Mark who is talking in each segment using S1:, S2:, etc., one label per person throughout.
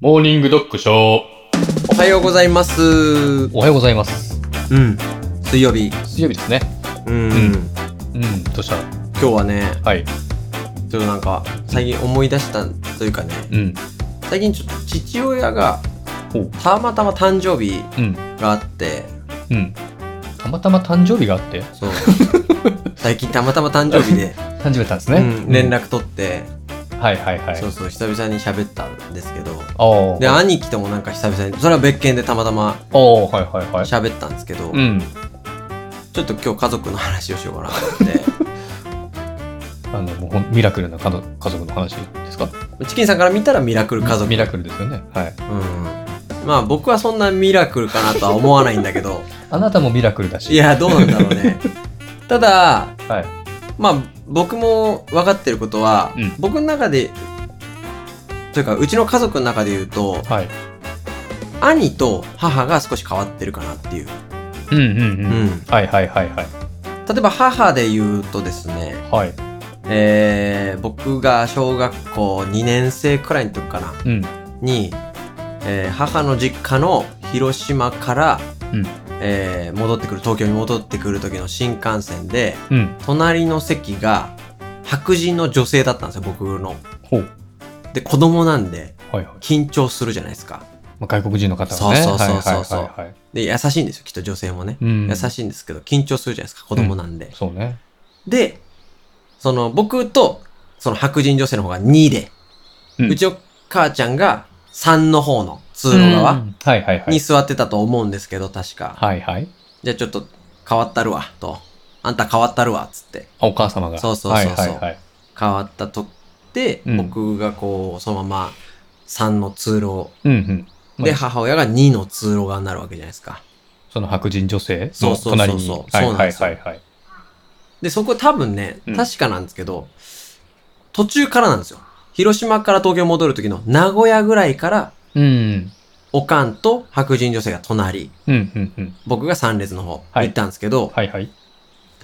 S1: モーニングドッグショー。
S2: おはようございます。う
S1: おはようございます。
S2: ん。水曜日。
S1: 水曜日ですね。
S2: うん。
S1: うんうん、どうした
S2: 今日はね、
S1: はい。
S2: ちょっとなんか、最近思い出したというかね、
S1: うん。
S2: 最近ちょっと父親が
S1: ほう、
S2: たまたま誕生日
S1: うん。
S2: があって、
S1: うん。たまたま誕生日があって、
S2: そう。 最近たまたま誕生日で、
S1: 誕生日だったんです ね。
S2: うん、連。絡取って、
S1: はいはいはい
S2: そ。うそう、久々に喋ったんですけど、
S1: ああ。
S2: で、
S1: あ
S2: 兄貴ともなんか久々に、それは別件でたまたま
S1: あ、はいはいはい。
S2: 喋ったんですけど、
S1: うん。
S2: ちょっと今日家族の話をしようかなと思って。
S1: あの、もうほんミラクルな家族家族の話ですか
S2: チキンさんから見たらミラクル家族
S1: ミラクルですよね。はい。
S2: うんまあ僕はそんなミラクルかなとは思わないんだ けど
S1: あなたもミラクルだし。
S2: い。やどうなんだろうねただ
S1: はい。
S2: まあ僕も分かってることは、
S1: うん
S2: 僕の中でというかうちの家族の中で言うと
S1: はい。
S2: 兄と母が少し変わってるかなっていう、
S1: うんうん
S2: う
S1: うん。
S2: ん、
S1: はいはいはいはい。
S2: 例えば母で言うとですね、
S1: はい。
S2: えー僕が小学校2年生くらいの時かな
S1: うん。
S2: に、えー母の実家の広島から、
S1: うん
S2: えー戻ってくる東京に戻ってくる時の新幹線で
S1: うん。
S2: 隣の席が白人の女性だったんですよ僕の。
S1: ほう。
S2: で子供なんで
S1: はいはい。
S2: 緊張するじゃないですか。
S1: まあ、外国人の方がね。
S2: そうそうそうそう
S1: はいはいはいはい。
S2: で優しいんですよきっと女性もね。
S1: うん。
S2: 優しいんですけど緊張するじゃないですか子供なんで。
S1: そうね。
S2: でその僕とその白人女性の方が2で、
S1: う
S2: うんちの母ちゃんが3の方の通路
S1: う
S2: 側
S1: んはいはいは
S2: に
S1: い。
S2: 座ってたと思うんですけど確か。
S1: はいはい。
S2: じゃあちょっと変わったるわ、と。あんた変わったるわ、つって。
S1: あお母様が。
S2: そうそうそうそう
S1: はいはいはい。
S2: 変わったとって、
S1: うん
S2: 僕がこう、そのまま3の通路、
S1: うんうん。まあ
S2: で、母親が2の通路側になるわけじゃないですか。
S1: その白人女性
S2: そう
S1: の
S2: そうそうそう
S1: 隣に。
S2: そう
S1: はい
S2: そうなん
S1: は
S2: で
S1: い
S2: すよ
S1: はいはい。
S2: で、そこ多分ね
S1: う、ん
S2: 確かなんですけど、途中からなんですよ。広島から東京戻る時の名古屋ぐらいから、
S1: うん。
S2: おかんと白人女性が隣、
S1: うんうんうん。
S2: 僕が3列の方
S1: はい
S2: 行ったんですけど、
S1: はいはい。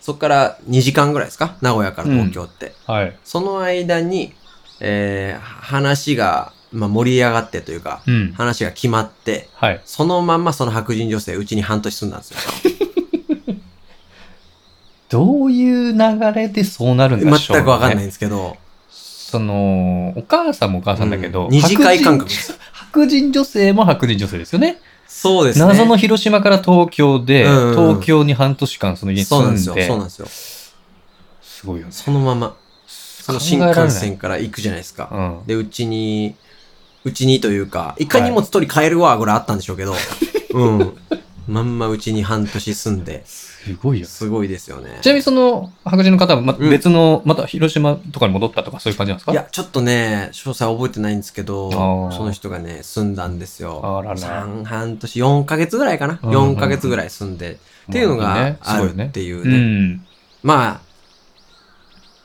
S2: そこから2時間ぐらいですか名古屋から東京って。
S1: はい。
S2: その間に、えー話が、まあ、盛り上がってというか、
S1: うん。
S2: 話が決まって、
S1: はい。
S2: そのまんまその白人女性、うちに半年住んだんですよ。
S1: どういう流れでそうなるん
S2: 全
S1: でしょうね
S2: くわかんないんですけど、
S1: その、お母さんもお母さんだけど、
S2: うん二次会
S1: 白人
S2: 感覚です
S1: 白人女性も白人女性ですよね。
S2: そうですね。
S1: 謎の広島から東京で、
S2: うんうん
S1: 東京に半年間その家に
S2: そう
S1: 住
S2: なん
S1: ん
S2: で
S1: で、
S2: すよ。そうなんですよ。
S1: すごいよね。
S2: そのまま、そ
S1: そ
S2: の新幹線から行くじゃないです
S1: う
S2: か。
S1: ん。
S2: で、うちに、うちにというか、一回荷物取り帰るわ、これあったんでしょ うけど、うん。まんまうちに半年住んで、
S1: すごいよね。
S2: すごいですよね。
S1: ちなみにその白人の方はまた
S2: うん
S1: 別の、また広島とかに戻ったとかそういう感じなんですか
S2: いや、ちょっとね、詳細は覚えてないんですけど、
S1: あー
S2: その人がね、住んだんですよ。
S1: あらら。
S2: 三半年、4ヶ月ぐらいかな。
S1: うんうんうん
S2: 4ヶ月ぐらい住んで、っていうのがあるっていううね。
S1: ん。
S2: まあ、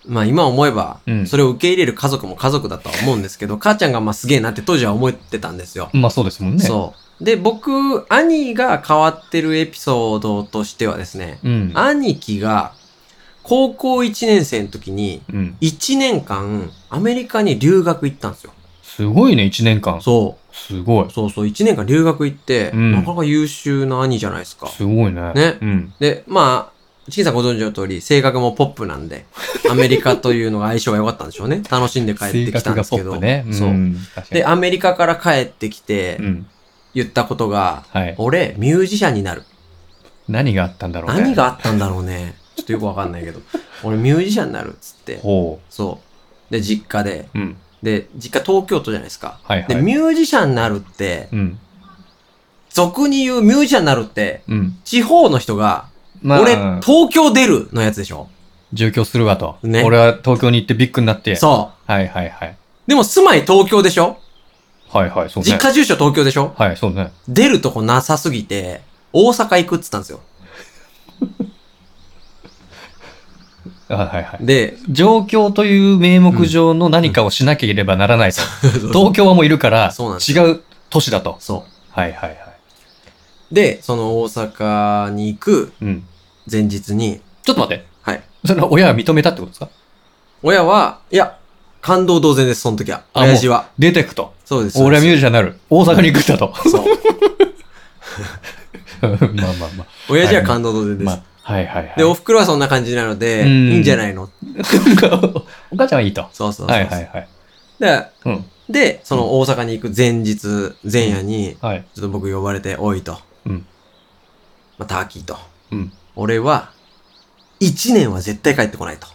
S2: まあ今思えば
S1: う、ん
S2: それを受け入れる家族も家族だとは思うんですけど、母ちゃんがまあすげえなって当時は思ってたんですよ。
S1: まあそうですもんね。
S2: そう。で、僕、兄が変わってるエピソードとしてはですね、
S1: う。ん。
S2: 兄貴が高校1年生の時に、
S1: うん。
S2: 1年間アメリカに留学行ったんですよ。
S1: すごいね、1年間。
S2: そ。。
S1: すごいう
S2: そうそう、1年間留学行って、
S1: うん
S2: なかなか優秀な兄じゃないですか。
S1: すごいね。
S2: ね
S1: うん。
S2: で、まあ、チキンさんご存知の通り、性格もポップなんで、アメリカというのが相性が良かったんでしょ うね。楽しんで帰って
S1: 性
S2: きた
S1: 格
S2: んで
S1: が
S2: す
S1: ポ
S2: け
S1: ッ
S2: ど。
S1: プね。。
S2: そうん
S1: 確かに
S2: で、アメリカから帰ってきて
S1: う、ん。
S2: 言ったことが、
S1: はい。
S2: 俺、ミュージシャンになる。
S1: 何があったんだろうね。
S2: 何があったんだろうね。ちょっとよくわかんないけど。俺、ミュージシャンになるっつって。
S1: ほ
S2: そう。で、実家で。
S1: う。うん。で、
S2: で、実家東京都じゃないですか。
S1: はいは
S2: で、
S1: い。
S2: ミュージシャンになるって、
S1: うん。
S2: 俗に言うミュージシャンになるって、
S1: うん。
S2: 地方の人が、
S1: ま
S2: 俺、
S1: あ、
S2: 東京出るのやつでしょ
S1: 上京するわと。
S2: ね
S1: 俺は東京に行ってビッグになって。
S2: そ
S1: はいはいはい。
S2: う。でも住まい東京でしょ
S1: はいはい、そうね。
S2: 実家住所東京でしょ
S1: はい、そうね。
S2: 出るとこなさすぎて、大阪行くっつったんですよ。
S1: あはいはい。
S2: で、
S1: 状況という名目上の何かをしなければならないと。東京はもういるから
S2: そうなん、です
S1: 違う都市だと。
S2: そ
S1: はいはいはい。
S2: う。で、その大阪に行く
S1: うん。
S2: 前日に、
S1: ちょっと待って。
S2: はい。
S1: それは親は認めたってことですか
S2: 親は、いや、感動同然です、その時は。
S1: あもう
S2: 親父は。
S1: 出てくと。
S2: そうです。
S1: 俺はミュー
S2: ュ
S1: ジシャンになる。大阪に行くんだ と。
S2: そう
S1: まあまあまあ。
S2: 親父は感動同然で す。
S1: まあ、はいはいはい。
S2: で、お袋はそんな感じなので、
S1: うん
S2: いいんじゃないの
S1: お母ちゃんはいいと。は
S2: そうそうそうそう。
S1: いはいはい。
S2: で、
S1: うん。
S2: で、その大阪に行く前日、前夜に、
S1: はい。
S2: ちょっと僕呼ばれて、おいと。
S1: うん
S2: まあ、ターキーと。
S1: うん。
S2: 俺は、一年は絶対帰ってこないと。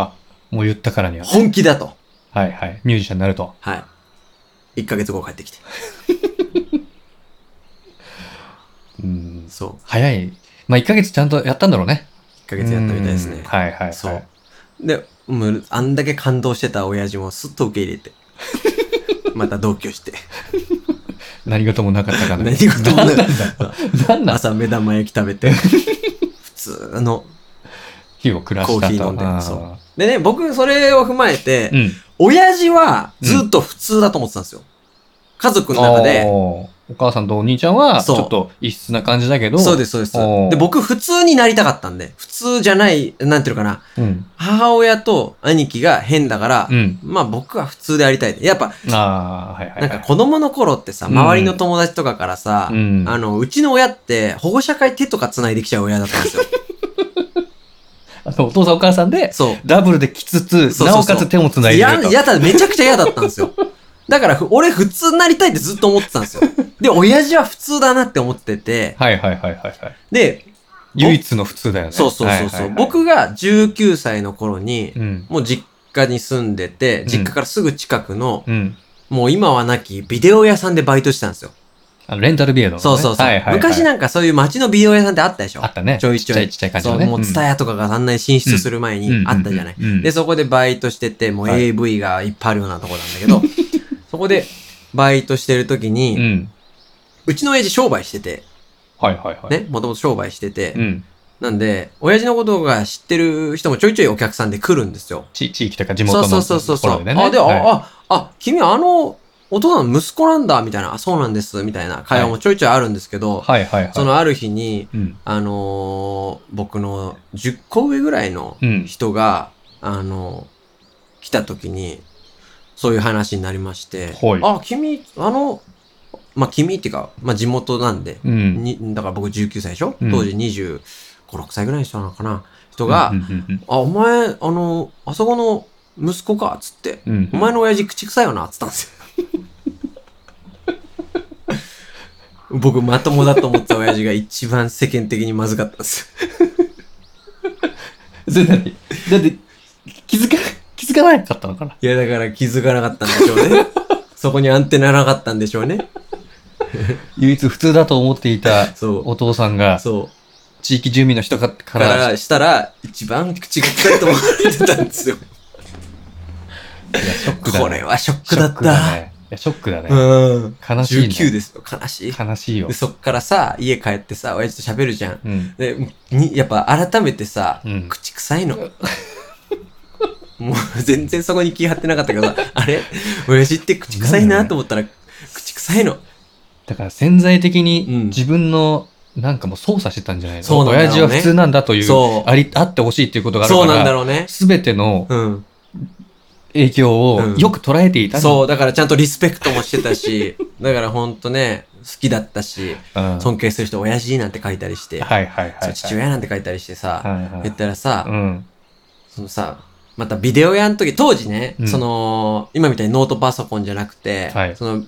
S1: あ、もう言ったからには。
S2: 本気だと。
S1: はいはい。ミュージシャンになると。
S2: はい。一ヶ月後帰ってきて。
S1: うん。
S2: そう。
S1: 早い。まあ、1ヶ月ちゃんとやったんだろうね。
S2: 一ヶ月やったみたいです
S1: うん
S2: ね。
S1: はいはいはい。
S2: そう。で、もう、あんだけ感動してた親父もすっと受け入 れて。また同居して。
S1: 何事もなかったかな
S2: 何。事もない。
S1: 何なん
S2: 朝目玉焼き食べ て。普通の。
S1: 火を暮らしたと。
S2: コーヒー飲んで
S1: あ
S2: そでね、僕、それを踏まえて、
S1: うん。
S2: 親父はずっと普通だと思ってたんですよ。家族の中で。
S1: おーお母さんとお兄ちゃんは、ち
S2: そう
S1: ょっと異質な感じだけど。
S2: そうです、そうです。
S1: おー
S2: で、僕、普通になりたかったんで、普通じゃない、なんていうのかな、
S1: うん。
S2: 母親と兄貴が変だから、
S1: うん。
S2: まあ僕は普通でありたい。やっぱ、
S1: ああ、はいはいは。
S2: ないんか子供の頃ってさ、
S1: うん
S2: 周りの友達とかからさ、
S1: うん。
S2: あの、うちの親って保護者会手とか繋いできちゃう親だった んですよ。
S1: あのお父さんお母さんで、
S2: そう。
S1: ダブルで来つつ、
S2: そうそうそう
S1: なおかつ手もつないで
S2: や
S1: ると。、
S2: やだ、めちゃくちゃ嫌だったんですよ。だから、ふ俺普通になりたいってずっと思ってたんですよ。で、親父は普通だなって思ってて、
S1: はいはいはいはいはい。
S2: で、
S1: 唯一の普通だよね。
S2: そうそうそう
S1: はい
S2: そ
S1: は
S2: う。
S1: いはい、
S2: 僕が19歳の頃に、
S1: うん。
S2: もう実家に住んでて、
S1: ん
S2: 実家からすぐ近くの、
S1: うん。
S2: もう今はなきビデオ屋さんでバイトしてたんですよ。
S1: あのレンタルビエドのね、
S2: そうそうそう。
S1: はいはいはい、
S2: 昔なんかそういう街のビデオ屋さんってあったでしょ
S1: あったね。
S2: ちょいちょい
S1: ちっちゃいちっちゃい
S2: そ
S1: 感
S2: う、
S1: じのね。
S2: もうツタヤとかがあんなに進出する前にあったじゃない。
S1: うんうんうんうん
S2: で、そこでバイトしてて、もう
S1: はい
S2: AV がいっぱいあるようなとこなん だけど、そこでバイトしてる時
S1: う
S2: に、
S1: ん。
S2: うちの親父商売してて、
S1: はいはいはい。。
S2: ね、もともと商売してて
S1: う、ん。
S2: なんで、親父のことが知ってる人もちょいちょいお客さんで来るんですよ。
S1: 地地域というか地元
S2: そう
S1: の
S2: そうそうそう
S1: とこ
S2: そ
S1: ろ
S2: う。
S1: でね。
S2: あ、で、あ、
S1: はい
S2: あ、あ、君あの、お父さんの息子なんだ、みたいな、あ、そうなんです、みたいな会話もちょいちょいあるんですけど、
S1: はいはいはい。
S2: そ、のある日に、
S1: うん。
S2: あのー僕の10個上ぐらいの
S1: うん。
S2: 人が、あのー来た時に、そういう話になりまして、
S1: はい
S2: あ、君、あの、まあ、君っていうか、まあ、地元なんで、
S1: うん。
S2: にだから僕19歳でしょ、
S1: うん
S2: 当時25、6歳ぐらいの人なのかな人が、
S1: うんうん
S2: あ、お前、あの、あそこの息子か、つって。
S1: うんうん。
S2: お前の親父口臭いよな、つった んですよ。僕、まともだと思ってた親父が一番世間的にまずかったんですよ。
S1: それ何 だって、気づか、気づかなかったのかない
S2: や、だから気づかなかったんでしょう ね。そこにアンテナなかったんでしょうね。
S1: 唯一普通だと思っていた
S2: そ
S1: お父さん
S2: う。
S1: が、
S2: そう。
S1: 地域住民の人かか、
S2: かららしたら、一番口が臭いと思われてたんですよ。
S1: いやショックだね。
S2: これはショック
S1: ショ
S2: だ
S1: ッ
S2: っ
S1: クだ
S2: た。
S1: ね。いや、ショックだね。
S2: うん。
S1: 悲しい、ね。
S2: 19ですよ。悲しい。
S1: 悲しいよ
S2: で、。そっからさ、家帰ってさ、親父と喋るじゃん。
S1: うん。
S2: で、にやっぱ改めてさ、
S1: うん
S2: 口臭いの。もう全然そこに気張ってなかったけど、あれ親父って口臭いなと思ったら、口臭いの。
S1: だから潜在的
S2: うん
S1: に自分の、なんかもう操作してたんじゃないの、
S2: そうなんだろうね
S1: 親父は普通なんだという、
S2: そう
S1: あり、あってほしいっていうことがあるか
S2: そ
S1: ら、
S2: うなんだろうね。
S1: すべての
S2: うん。
S1: 影響を
S2: うん
S1: よく捉えていたう。
S2: そう、だからちゃんとリスペクトもしてたし、だからほんとね、好きだったし、
S1: うん、
S2: 尊敬する人、親父なんて書いたりして、
S1: はいはいはい、
S2: そ
S1: は
S2: う
S1: い。
S2: 父親なんて書いたりしてさ、
S1: はいはい
S2: 言ったらさ、
S1: うん。
S2: そのさ、またビデオ屋の時、当時ね、
S1: うん
S2: その、今みたいにノートパソコンじゃなくて、
S1: はい
S2: その、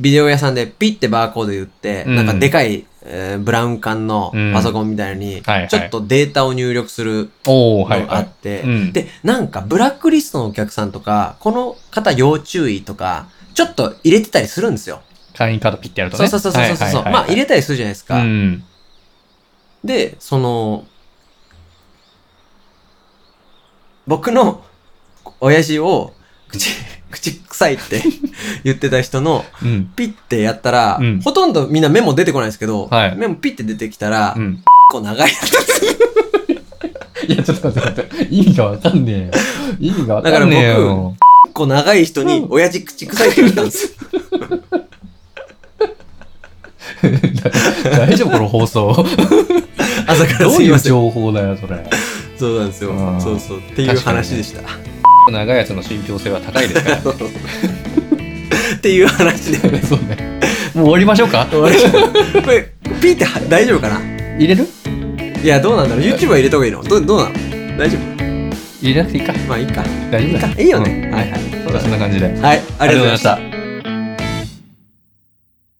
S2: ビデオ屋さんでピッてバーコード言って、
S1: うん
S2: なんかでかい、えーブラウン管の
S1: うん
S2: パソコンみたいのに、
S1: はいはい
S2: ちょっとデータを入力する
S1: お
S2: の
S1: ー、はい
S2: があ
S1: は
S2: っ
S1: い。
S2: て、
S1: うん
S2: で、なんかブラックリストのお客さんとか、この方要注意とか、ちょっと入れてたりするんですよ。
S1: 会員カードピッてやると
S2: そう
S1: ね。
S2: そうそうそうそう。
S1: はいはいはい
S2: まあ入れたりするじゃないですか。
S1: うん。
S2: で、その、僕の親父を口、 口臭いって 言ってた人の
S1: うん。
S2: ピッてやったら、
S1: うん
S2: ほとんどみんなメモ出てこないんですけど、
S1: はい
S2: メモピッて出てきたら、
S1: う
S2: 結
S1: ん。
S2: 構長い。
S1: いや、ちょっと待って待って。意味がわかんねえよ。意味がわかんねえ
S2: だから
S1: よ。
S2: 結構長い人に親父口臭いって言ったんですよ。
S1: 大丈夫この放 送。
S2: 朝から
S1: どう
S2: すい
S1: い
S2: ま
S1: う
S2: せん。
S1: 情報だよ、それ。
S2: そうなんですよ
S1: う。ん
S2: そうそう。っていう話でした。。
S1: 長いやつの信憑性は高いですから
S2: っていう話で
S1: そうね。もう終わりましょうか
S2: 終わりましたこれピーって大丈夫かな
S1: 入れる
S2: いやどうなんだろう YouTube は入れた方がいいのどどうなの大丈夫
S1: 入れなくていいか。
S2: まあいいか
S1: 大丈夫だ
S2: いいかいいよね、
S1: うん
S2: はいはいそうだ
S1: そんな感じで。
S2: はいあ
S1: あ
S2: りがとうございました
S1: りがとうございました